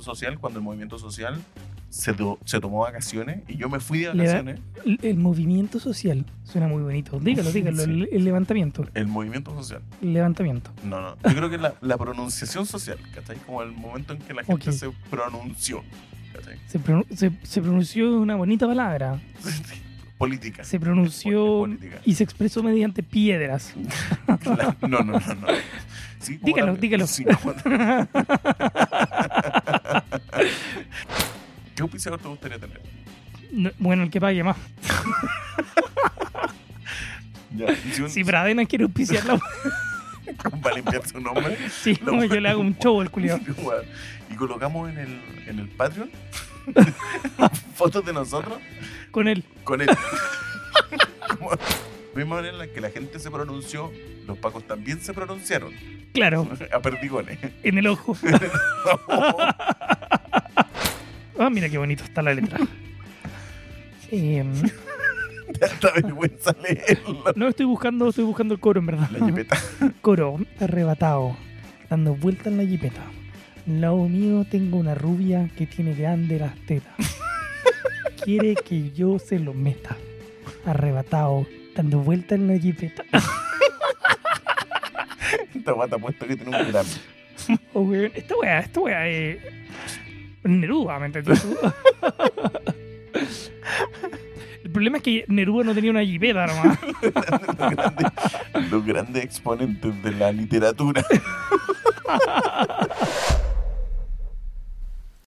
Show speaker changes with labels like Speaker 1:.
Speaker 1: social, cuando el movimiento social se, to- se tomó vacaciones y yo me fui de vacaciones.
Speaker 2: El, el movimiento social suena muy bonito. Dígalo, dígalo.
Speaker 1: Sí.
Speaker 2: El, el levantamiento.
Speaker 1: El movimiento social.
Speaker 2: El levantamiento.
Speaker 1: No, no. Yo creo que la, la pronunciación social, ¿cachai? Como el momento en que la gente
Speaker 2: Ok.
Speaker 1: se pronunció, ¿cachai?
Speaker 2: Se, pronun- se, se pronunció una bonita palabra.
Speaker 1: Política.
Speaker 2: Se pronunció
Speaker 1: Política.
Speaker 2: y se expresó mediante piedras.
Speaker 1: Claro. No, no, no. no. Sí, como
Speaker 2: Dígalo,
Speaker 1: también-
Speaker 2: dígalo.
Speaker 1: sí, como- ¿Qué auspiciador te gustaría tener?
Speaker 2: No- Bueno, el que pague más.
Speaker 1: Ya, si un,
Speaker 2: Si Bradena quiere auspiciar la
Speaker 1: Para limpiar su nombre.
Speaker 2: Sí,
Speaker 1: La
Speaker 2: como yo le hago un show al culiado.
Speaker 1: Igual. Y colocamos en el, en el Patreon fotos de nosotros
Speaker 2: Con él.
Speaker 1: con él. Como- misma manera en la que la gente se pronunció, los pacos también se pronunciaron
Speaker 2: Claro,
Speaker 1: a perdigones.
Speaker 2: en el ojo. Ah, mira qué bonito está la letra. Em,
Speaker 1: Tanta vergüenza leerlo.
Speaker 2: no, estoy buscando, estoy buscando el coro, en verdad.
Speaker 1: La jipeta.
Speaker 2: Coro, arrebatado, dando vueltas en la jipeta. Al lado mío tengo una rubia que tiene grande las tetas. Quiere que yo se lo meta. Arrebatado, dando vueltas en la jipeta.
Speaker 1: Esta guata puesto que tiene un Grammy.
Speaker 2: Oh, weón, Esta weá, esta weá es. Neruda, ¿me entendés? tú? El problema es que Neruda no tenía una jipeta nomás.
Speaker 1: Los grandes, los grandes exponentes de la literatura.